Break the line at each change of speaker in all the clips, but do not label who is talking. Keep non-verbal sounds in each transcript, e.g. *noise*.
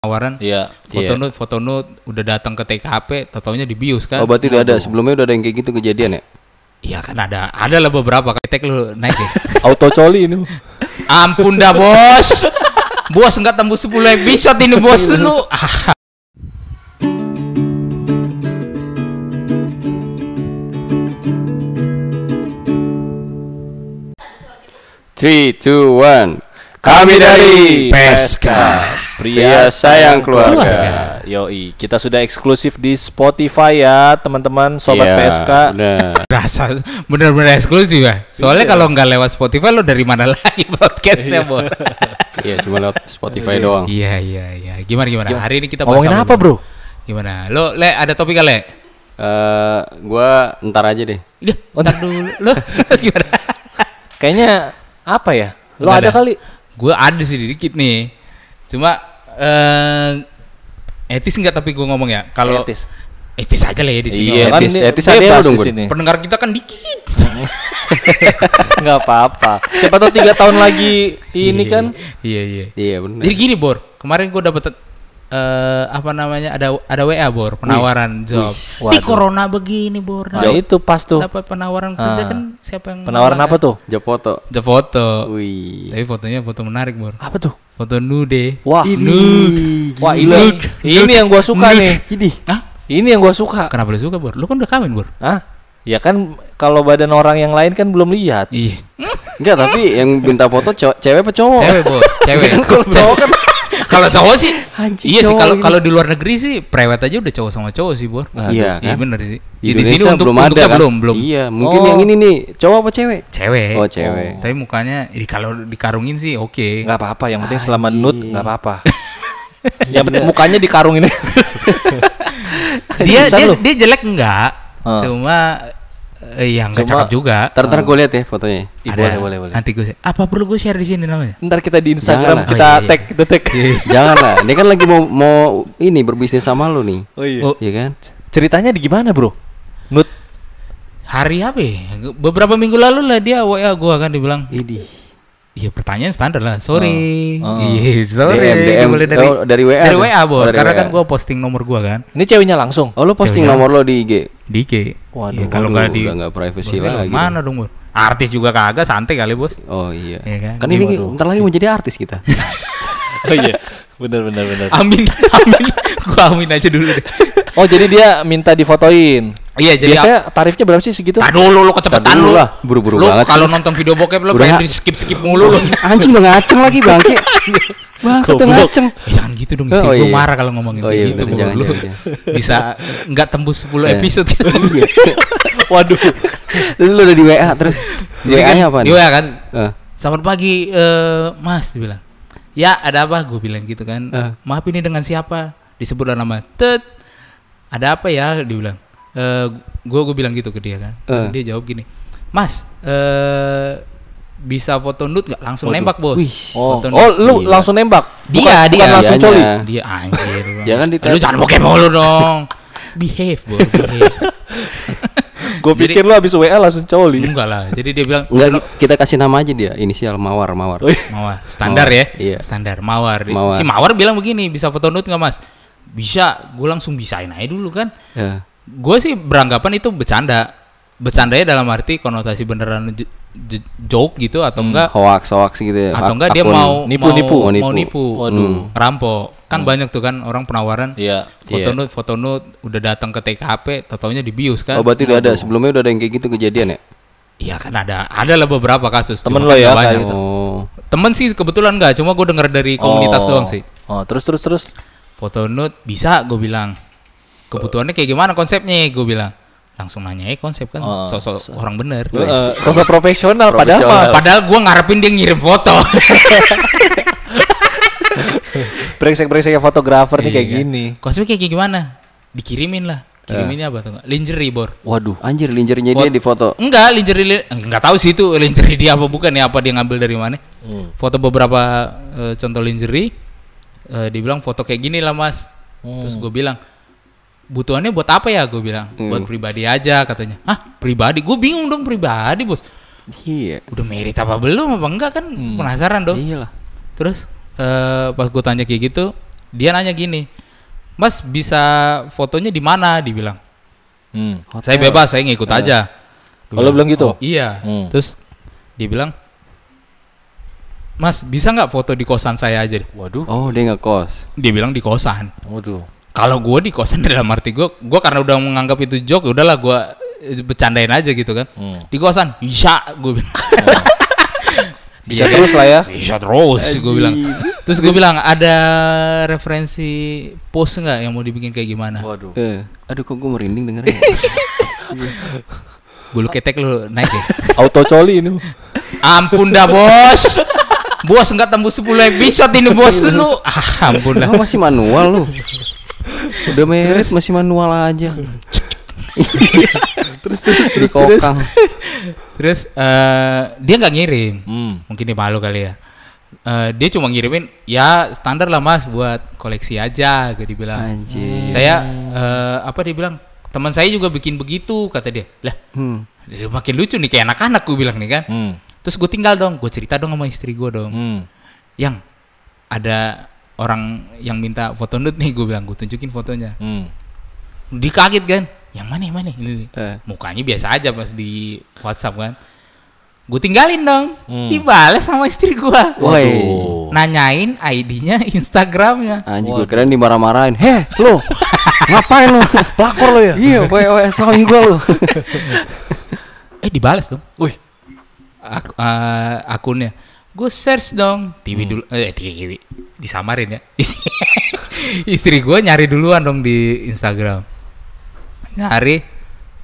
tawaran
Iya.
foto
Iya.
nude foto nude udah datang ke TKP totonya dibius kan
Oh berarti udah ada sebelumnya udah ada yang kayak gitu kejadian ya?
iya kan ada ada lah beberapa ketek lu naik ya
*laughs* Auto coli ini.
ampun dah bos bos nggak tembus 10 episode ini bos
Iya.
lu ah.
Three, two, one. Kami dari
Peska.
Pria Iya, Sayang Keluarga.
Iya, Keluarga. Yoi, kita sudah eksklusif di Spotify ya, teman-teman sobat
Iya,
PSK.
bener.
rasa bener-bener eksklusif ya soalnya
Iya.
kalau nggak lewat Spotify lu dari mana *laughs* lagi podcastnya bos
*laughs* Iya cuma lewat Spotify doang.
iya iya iya gimana gimana hari ini kita bahas
Ngomongin apa, Bro?
gimana lo le ada topik kali le
Eh, gua ntar aja deh.
Iya,
Ih, ntar dulu lo *laughs* gimana
Kayaknya apa ya? Lo
Nggak
ada kali?
Gue ada sih dikit nih. Cuma eh etis nggak tapi gue ngomong ya. Kalau
Etis.
etis aja lah ya di sini.
Iya,
orang.
etis.
ini
Etis ada
bebas
lo dong,
kan? di
Gun.
sini. *laughs*
Pendengar kita kan dikit.
Enggak apa-apa. Siapa tahu tiga tahun lagi ini kan
Iya iya.
Iya benar.
Jadi gini Bor, kemarin gue dapet eh apa namanya ada ada WA Bor penawaran job. Di
Waduh.
corona begini Bor.
Nah, itu pas tuh.
Dapat penawaran kerja
Ah.
kan siapa yang
Penawaran apa tuh?
Job foto.
Job foto.
Oh. Wih.
Tapi fotonya foto menarik Bor.
Apa tuh?
Foto nude.
Wah,
Nude.
Wah, ini
Nude.
ini yang gua suka
Nude.
nih.
Ini.
Hah?
Ini yang gua suka.
Kenapa lu suka Bor? Lu kan udah kawin Bor.
Hah? Ya kan kalau badan orang yang lain kan belum lihat.
Iya.
Enggak tapi yang minta foto cow- cewek apa cowok?
Oh. Cewek bos, cewek.
Kalau cowok *laughs* kan
kalau cowok sih,
Anjing,
iya sih
cowok
kalau
ini.
kalau di luar negeri sih prewet aja udah cowok sama cowok sih bor.
Nah, Iya,
iya
kan?
bener sih.
*laughs*
Ya, Di
Di
sini
Indonesia
untuk
belum ada
untuknya
kan?
belum belum.
Iya, mungkin
Oh.
yang ini nih, cowok apa cewek?
Cewek.
Oh, cewek.
Tapi mukanya eh, kalau dikarungin sih oke.
Enggak apa-apa, yang penting selama nude enggak *laughs* apa-apa. yang penting mukanya dikarungin.
*laughs*
*laughs*
Dia
Seriusan
dia,
lu?
dia jelek enggak?
Ah.
Cuma eh, yang enggak
Cuma-
cakep juga.
Ntar ntar gue lihat ya fotonya.
Ih, boleh, boleh, boleh.
Nanti gue share. apa perlu gue share di sini namanya?
Ntar kita di Instagram
Jangan lah.
kita
Oh, iya, iya.
tag, kita tag.
Jangan lah, dia kan lagi mau mau ini berbisnis sama lu nih.
Oh iya.
Oh,
Iya kan?
*laughs* Ceritanya di gimana, Bro? Nude
hari apa? ya? Beberapa minggu lalu lah dia WA gue kan dibilang,
Ini.
Iya pertanyaan standar lah. Sorry.
Oh.
Iya, sorry.
DM, DM.
Dimulai dari
Oh, dari WA
Dari
tuh.
WA, Bor.
Oh, dari
Karena
WA.
kan gua posting nomor gua kan
Ini ceweknya langsung.
Oh lu posting
Cewek.
nomor lo di IG?
di IG.
Waduh,
Iya, kalau
waduh,
nggak di
udah nggak privacy
Bor,
lagi
Mana dong, Bor? Artis juga kagak santai kali, Bos.
Oh iya.
Iya kan?
kan? ini
Gimana
ntar lagi mau jadi artis
*laughs*
kita.
Oh iya. Benar benar benar.
Amin, *laughs* amin. gua amin aja dulu deh.
Oh, jadi dia minta difotoin.
Iya, jadi
Biasanya tarifnya berapa sih segitu?
Tadi dulu lu kecepatan
Tar dulu
lu.
lah, buru-buru
lu
banget
kalau nonton video bokep lu
Udah.
pengen di skip-skip mulu lu.
*laughs* Anjing udah ngaceng lagi bangke. Bangsat udah
Goblok.
ngaceng.
Eh, jangan gitu dong, istri
Oh,
gua
iya.
marah kalau ngomongin
Oh,
kayak
iya,
gitu.
bener,
Bor.
jangan,
Lu
jangan, jangan.
*laughs*
Iya.
bisa nggak tembus 10
*laughs*
episode.
Waduh.
Terus lu udah di WA terus. Di
Jadi
WA
kan,
nya apa
di
nih?
WA kan
Eh,
Selamat pagi, eh, Mas, dibilang. Ya, ada apa? Gue bilang gitu kan.
Eh.
Maaf ini dengan siapa? Disebutlah nama. Tet. Ada apa ya? Dibilang. gue gue bilang gitu ke dia kan. Terus
Eh.
dia jawab gini, Mas, eh bisa foto nude nggak? Langsung nembak bos.
Wih.
Oh,
Foto
oh
nude.
lu langsung nembak.
Dia,
Bukan-
dia.
bukan langsung
Dianya.
coli.
Dia anjir. Bang.
Jangan ditep-
Lu jangan bokep mulu dong. behave, bos. Behave.
Gue
Jadi-
pikir lu habis WA langsung coli.
Enggak lah. Jadi dia bilang,
Enggak ki- kita kasih nama aja dia, inisial Mawar, Mawar.
Oh, iya. Mawar standar
Mawar,
ya
iya.
standar mawar. Di-
Mawar.
si mawar bilang begini bisa foto nude nggak mas bisa gue langsung bisain aja dulu kan
Ya.
gue sih beranggapan itu bercanda bercandanya dalam arti konotasi beneran j- j- joke gitu atau enggak
Hoax hoax gitu ya.
atau
Hmm. ak-
enggak dia
akun.
mau mau-
Nipu-nipu.
mau,
Mau
nipu, Hmm.
nipu.
Waduh.
rampok kan banyak tuh kan orang penawaran
Iya.
foto
Iya.
nude foto nude udah datang ke TKP totonya dibius kan
Oh berarti udah ada sebelumnya udah ada yang kayak gitu kejadian ya?
iya kan ada ada lah beberapa kasus
Temen
cuma
lo
kan
ya,
nggak
kayak
banyak.
gitu.
Oh.
temen sih kebetulan enggak cuma gue denger dari komunitas
Oh.
doang sih
Oh, terus terus terus.
foto nude bisa gue bilang kebutuhannya kayak gimana konsepnya gue bilang langsung nanya eh konsep kan
Oh,
sosok orang bener
Eh, sosok profesional padahal mah
Profesional.
padahal gue ngarepin dia ngirim foto *laughs*
brengsek-brengsek fotografer nih kayak
Iya.
gini.
konsepnya kayak gimana dikirimin lah kiriminnya
Eh.
apa tuh lingerie bor
Waduh, anjir linjerinya dia di
Oh.
foto.
enggak lingerie li- enggak tahu sih itu lingerie dia apa bukan ya apa dia ngambil dari mana foto beberapa eh, contoh lingerie eh, dibilang foto kayak gini lah mas terus gue bilang butuhannya buat apa ya gue bilang buat pribadi aja katanya ah pribadi gue bingung dong pribadi bos
Iya.
udah merit apa belum apa enggak kan penasaran dong
Iyalah.
terus eh, pas gue tanya kayak gitu Dia nanya gini, Mas bisa fotonya di mana? Dibilang.
Hmm.
Saya bebas, saya ngikut aja. Gua
Oh, lu bilang
"Oh,
gitu?
iya.
Hmm.
Terus dia bilang, Mas bisa nggak foto di kosan saya aja?
Waduh.
Oh, dia nggak kos.
Dia bilang di kosan.
Waduh.
Kalau gue di kosan *laughs* dalam arti gue, gue karena udah menganggap itu joke, udahlah gue bercandain aja gitu kan.
Hmm.
Di kosan bisa, gue bilang.
Bisa
Iya.
terus lah ya.
*laughs* Bisa terus, gue bilang. Terus gue bilang ada referensi pose nggak yang mau dibikin kayak gimana?
Waduh.
Eh, aduh kok gue merinding *laughs* dengerin.
Bulu ketek lu naik ya.
Auto coli ini.
*laughs* Ampun dah bos. Bos nggak tembus 10 episode ini bos lu. Ah, ampun dah.
Lah masih manual lu. Udah merit masih manual *laughs* aja. terus terus kokang.
Terus eh, dia nggak ngirim.
Hmm.
Mungkin dia malu kali ya. Eh, dia cuma ngirimin ya standar lah mas buat koleksi aja gue dibilang.
Anjir.
Saya eh, apa dibilang teman saya juga bikin begitu kata dia. Lah,
Hmm.
dia makin lucu nih kayak anak-anak gue bilang nih kan.
Hmm.
Terus gue tinggal dong, gue cerita dong sama istri gue dong.
Hmm.
Yang ada orang yang minta foto nude nih, gue bilang gue tunjukin fotonya.
Hmm.
Dikaget kan, yang mana yang mana? Ini, ini.
Eh.
Mukanya biasa aja pas di WhatsApp kan. Gue tinggalin dong,
Hmm.
dibales sama istri gue.
Woi.
Waduh.
Nanyain ID-nya, *laughs* Instagramnya.
Anjir gue keren dimarah-marahin. Heh, lu. Ngapain *laughs* lu?
Pelakor lo ya.
Iya, gue OS suami gue *laughs* lu.
Eh dibales dong
Wih.
ak- eh, akunnya. Gue search dong, TV
Hmm.
dulu, eh TV, disamarin ya. *laughs* Istri gue nyari duluan dong di Instagram. Nyari,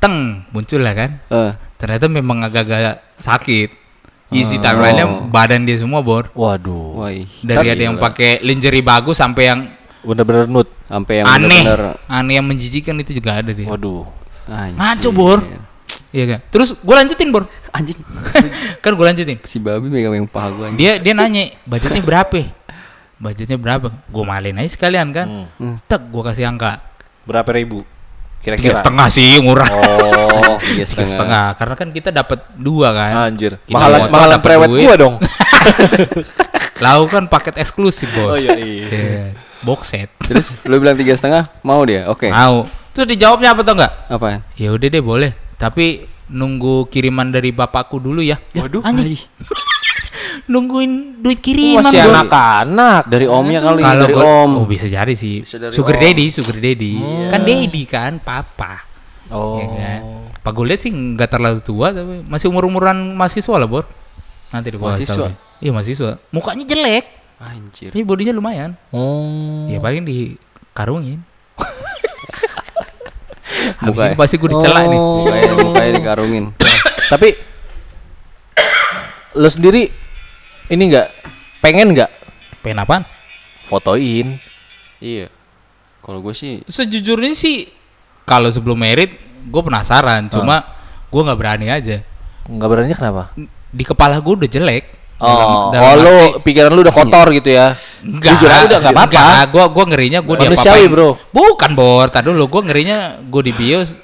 teng muncul lah kan.
Eh,
Ternyata memang agak-agak sakit. Isi timeline-nya badan dia semua bor.
Waduh.
woi.
Dari ada yang pakai lingerie bagus sampai yang,
Bener-bener nude.
Sampai yang
aneh,
bener-bener
aneh yang menjijikan itu juga ada dia.
Waduh.
anjing.
Ngaco bor. Iya kan. Terus gue lanjutin bor. *laughs*
Anjing.
kan gue lanjutin.
Si babi megang yang paha gue anjing.
dia dia nanya budgetnya berapa budgetnya berapa gue malin aja sekalian kan
Hmm.
tek gue kasih angka
Berapa ribu?
tiga
Kira-kira.
setengah sih murah
Oh.
Iya,
*laughs* tiga setengah karena kan kita dapat dua kan
Anjir.
Kita
Mahalan
motor
mahalan
dapet
prewed
duit.
gua
*laughs*
dong.
lau kan paket eksklusif bos
Oh iya iya.
Iya. box set
Terus lu bilang tiga setengah, mau dia? Oke.
mau terus dijawabnya apa tau nggak
Apaan?
ya udah deh boleh tapi nunggu kiriman dari bapakku dulu ya Ya,
Waduh.
anjing *laughs* nungguin duit
Lu
kiriman
Masih
Bor.
anak-anak.
Dari omnya kali,
kalau
dari
gua-
om.
oh, bisa jadi sih
Bisa dari
sugar
om. Oh.
daddy sugar daddy kan daddy kan papa
Oh.
Ya kan? Pak gue lihat sih nggak terlalu tua tapi masih umur umuran mahasiswa lah bor. Nanti di bawah
Mahasiswa?
tahun. Iya mahasiswa. Mukanya jelek,
Iya.
Anjir.
tapi bodinya lumayan.
Hmm.
Ya paling
*laughs*
dikarungin. Habis
Buka
ini
ya?
pasti gue dicela nih.
Oh.
Mukanya, mukanya dikarungin.
Tapi lo sendiri ini nggak pengen nggak
Pengen apaan?
fotoin?
Iya. Kalau gue sih
Sejujurnya sih kalau sebelum merit gue penasaran, cuma
Ah.
gue nggak berani aja.
Nggak berani kenapa?
Di kepala gue udah jelek. Dalam-
Oh,
dalam
oh, lo
arti-
pikiran lu udah kotor gitu ya?
Enggak,
Jujur aja udah nggak apa-apa.
Enggak, gua gua ngerinya gua diapa
Manusiawi, bro.
Bukan bor, tadi dulu gua ngerinya gua di bios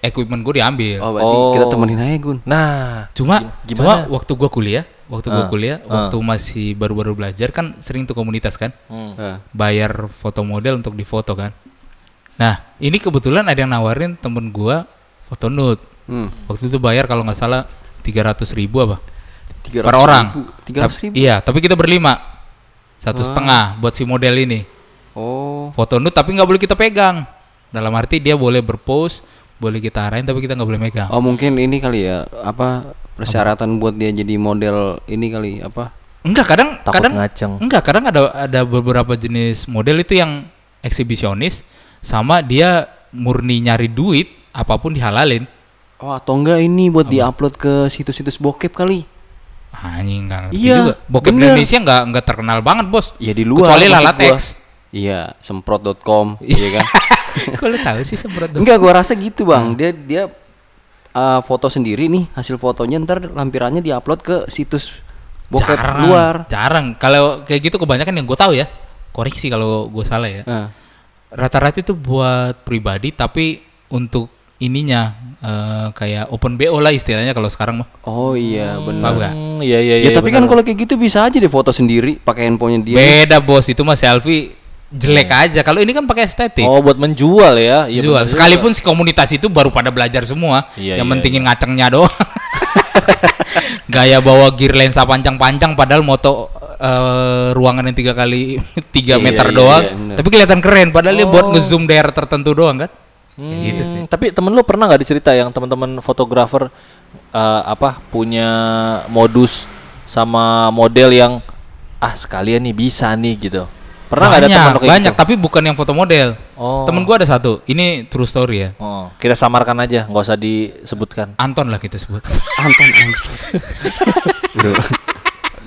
equipment gua diambil.
oh berarti
Oh.
kita temenin aja Gun.
Nah,
Cuma
Gim-
cuma
gimana?
waktu gua kuliah, waktu gua
Ah,
kuliah, waktu masih baru-baru belajar kan sering tuh komunitas kan.
Hmm,
Ah.
Bayar foto model untuk difoto kan. Nah, ini kebetulan ada yang nawarin temen gua foto nude.
Hmm.
Waktu itu bayar kalau nggak salah 300.000 ribu apa?
300
per orang.
Tiga ratus
Tap-
ribu.
Iya, tapi kita berlima. Satu
Ah.
setengah buat si model ini.
Oh.
foto nude tapi nggak boleh kita pegang dalam arti dia boleh berpose boleh kita arahin tapi kita nggak boleh megang
Oh mungkin ini kali ya apa persyaratan buat dia jadi model ini kali apa?
enggak kadang
Takut
kadang
ngaceng.
enggak kadang ada ada beberapa jenis model itu yang eksibisionis sama dia murni nyari duit apapun dihalalin
Oh atau enggak ini buat diupload ke situs-situs bokep kali?
anjing nggak ngerti
Iya,
juga bokep di
bener.
Indonesia nggak nggak terkenal banget bos
Ya di luar.
kecuali
maksud
lala
gua.
Tex.
Iya semprot.com.
*laughs*
Iya kan?
kalau tahu sih semprot dong.
Enggak gua rasa gitu bang. Dia dia uh, foto sendiri nih hasil fotonya ntar lampirannya diupload ke situs bokep
jarang
luar.
jarang kalau kayak gitu kebanyakan yang gue tahu ya koreksi kalau gue salah ya
Nah,
rata-rata itu buat pribadi tapi untuk ininya eh, kayak open BO lah istilahnya kalau sekarang mah
Oh iya
paham
benar.
gak?
Hmm, iya iya iya.
Ya, *laughs* tapi kan kalau kayak gitu bisa aja deh foto sendiri pakai handphonenya dia.
Beda bos itu mah selfie jelek aja. Kalau ini kan pakai estetik.
Iya. Oh, buat menjual ya. Iya,
jual.
bener juga.
Sekalipun si komunitas itu baru pada belajar semua,
Iya,
yang
iya,
pentingin ngacengnya doang. *laughs* Gaya bawa gear lensa panjang-panjang, padahal moto eh, ruangan yang tiga kali *laughs* tiga
Iya,
meter
iya,
doang.
iya, bener.
Tapi kelihatan keren, padahal dia
Oh.
buat ngezoom daerah tertentu doang kan.
Hmm, Tapi temen lu pernah nggak dicerita yang teman-teman fotografer eh, apa punya modus sama model yang ah sekalian nih bisa nih gitu. Pernah nggak ada teman
banyak,
lu kayak
banyak,
gitu?
tapi bukan yang foto model.
Oh.
Temen gua ada satu, ini true story ya.
Oh, kita samarkan aja, nggak
*laughs*
usah disebutkan.
Anton lah kita
*laughs*
sebut.
Anton anjir.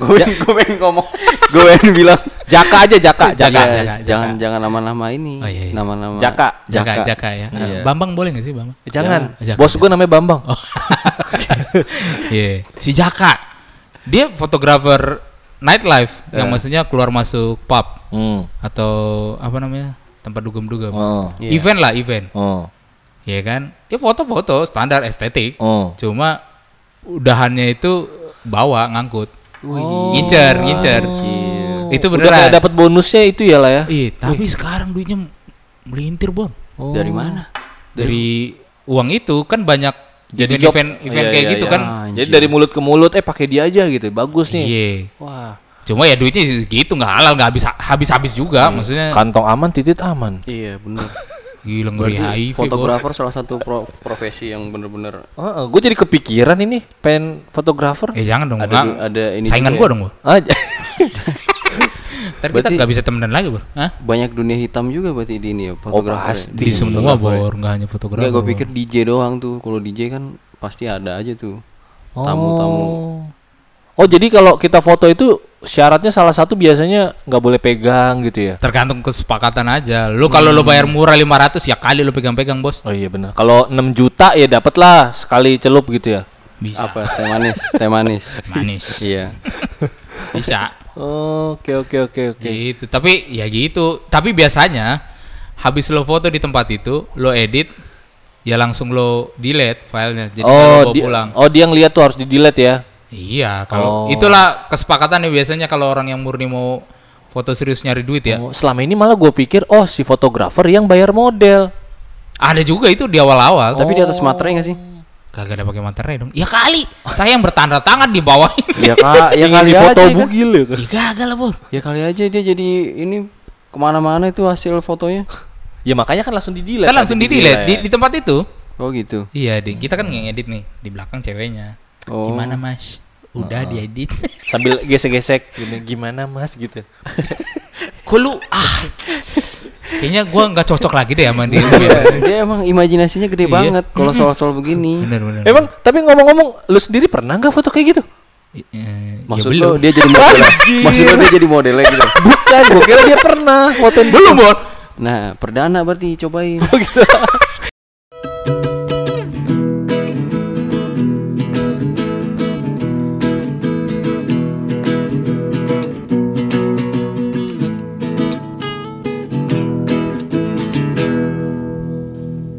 gue gue pengen ngomong, gue pengen bilang
Jaka aja, Jaka,
*laughs* Jaka,
Jaka.
Jaka.
Iya, jangan jangan lama-lama ini,
Oh, iya, iya.
nama-nama
Jaka.
Jaka, Jaka ya.
Iya.
Bambang boleh nggak sih Bambang?
Eh, Jangan.
Jaka.
Bos gue namanya Bambang.
Oh. *laughs* Iya. Si Jaka. Dia fotografer nightlife yang
Iya.
maksudnya keluar masuk pub
Hmm.
atau apa namanya? tempat dugem-dugem.
Oh.
Event lah, event.
Oh.
Iya kan? Dia foto-foto standar estetik.
Oh.
Cuma udahannya itu bawa ngangkut. Ngincer, ngincer. Itu
Udah kayak
beneran.
dapat bonusnya itu ya lah ya.
Iya, tapi sekarang duitnya melintir, Bon.
dari mana?
Oh. Dari uang itu kan banyak
Jadi
event
job.
event, event
Iya,
kayak
iya,
gitu
iya.
kan.
Jadi dari mulut ke mulut eh pakai dia aja gitu. Bagus nih.
Iya.
Wah.
Cuma ya duitnya segitu nggak halal nggak habis habis habis juga maksudnya.
Kantong aman, titit aman.
Iya benar.
Gila ngeri HIV. Bos.
Fotografer salah satu pro- profesi yang bener-bener
Heeh, gue jadi kepikiran ini pen fotografer.
Eh jangan dong.
Ada
nggak-
du- ada ini
Saingan
juga
gua
ya.
dong gua.
Ah,
Ntar kita
Berarti-
nggak bisa temenan lagi bro. Hah?
banyak dunia hitam juga berarti di ini ya fotografer.
pasti.
Di semua bor nggak hanya fotografer.
Enggak gue
Bor.
pikir DJ doang tuh. Kalau DJ kan pasti ada aja tuh tamu-tamu.
Oh. Oh, jadi kalau kita foto itu syaratnya salah satu biasanya nggak boleh pegang gitu ya.
Tergantung kesepakatan aja. Lu kalau
Hmm.
lu bayar murah 500 ya kali lu pegang-pegang bos.
Oh iya benar. Kalau 6 juta ya dapat lah sekali celup gitu ya.
Bisa.
Apa teh manis, teh manis. *laughs*
Manis.
Iya.
Bisa.
Oke oke oke oke.
Gitu. Tapi ya gitu. Tapi biasanya habis lo foto di tempat itu, lo edit, ya langsung lo delete filenya. Jadi kalau
Oh
bawa
dia,
pulang.
oh dia ngelihat tuh harus di delete ya.
Iya, kalau itulah kesepakatan nih biasanya kalau orang yang murni mau foto serius nyari duit ya.
Oh, selama ini malah gue pikir oh si fotografer yang bayar model.
Ada juga itu di awal-awal, tapi
Tapi di atas materai enggak sih?
kagak ada pakai materai dong. Ya kali, saya yang bertanda tangan di bawah ini.
Iya,
Ya *laughs* kak,
*laughs*
ya
Yang
kali
di foto
aja kan.
bugil ya kan.
Ya kagak lah, Bur.
Ya kali aja dia jadi ini kemana-mana itu hasil fotonya.
Ya makanya kan ya. langsung di delete.
Kan langsung di delete di, di tempat itu.
Oh gitu.
Iya, di, kita kan ngedit nih di belakang ceweknya.
Oh.
Gimana, Mas? Udah diedit. *laughs*
Sambil gesek-gesek gini, gimana Mas gitu.
Kok lu ah. Kayaknya gua nggak cocok lagi deh sama dia.
dia emang imajinasinya gede
Iya.
banget kalau soal-soal begini. *laughs*
Bener bener.
Emang tapi ngomong-ngomong lu sendiri pernah nggak foto kayak gitu?
I- eh, ya
Maksud
belum.
lo dia jadi model. ya? *laughs* Maksud lo dia jadi modelnya gitu.
gitu. Bukan, gue kira dia pernah fotoin belum, Bon.
Nah, perdana berarti cobain.
gitu.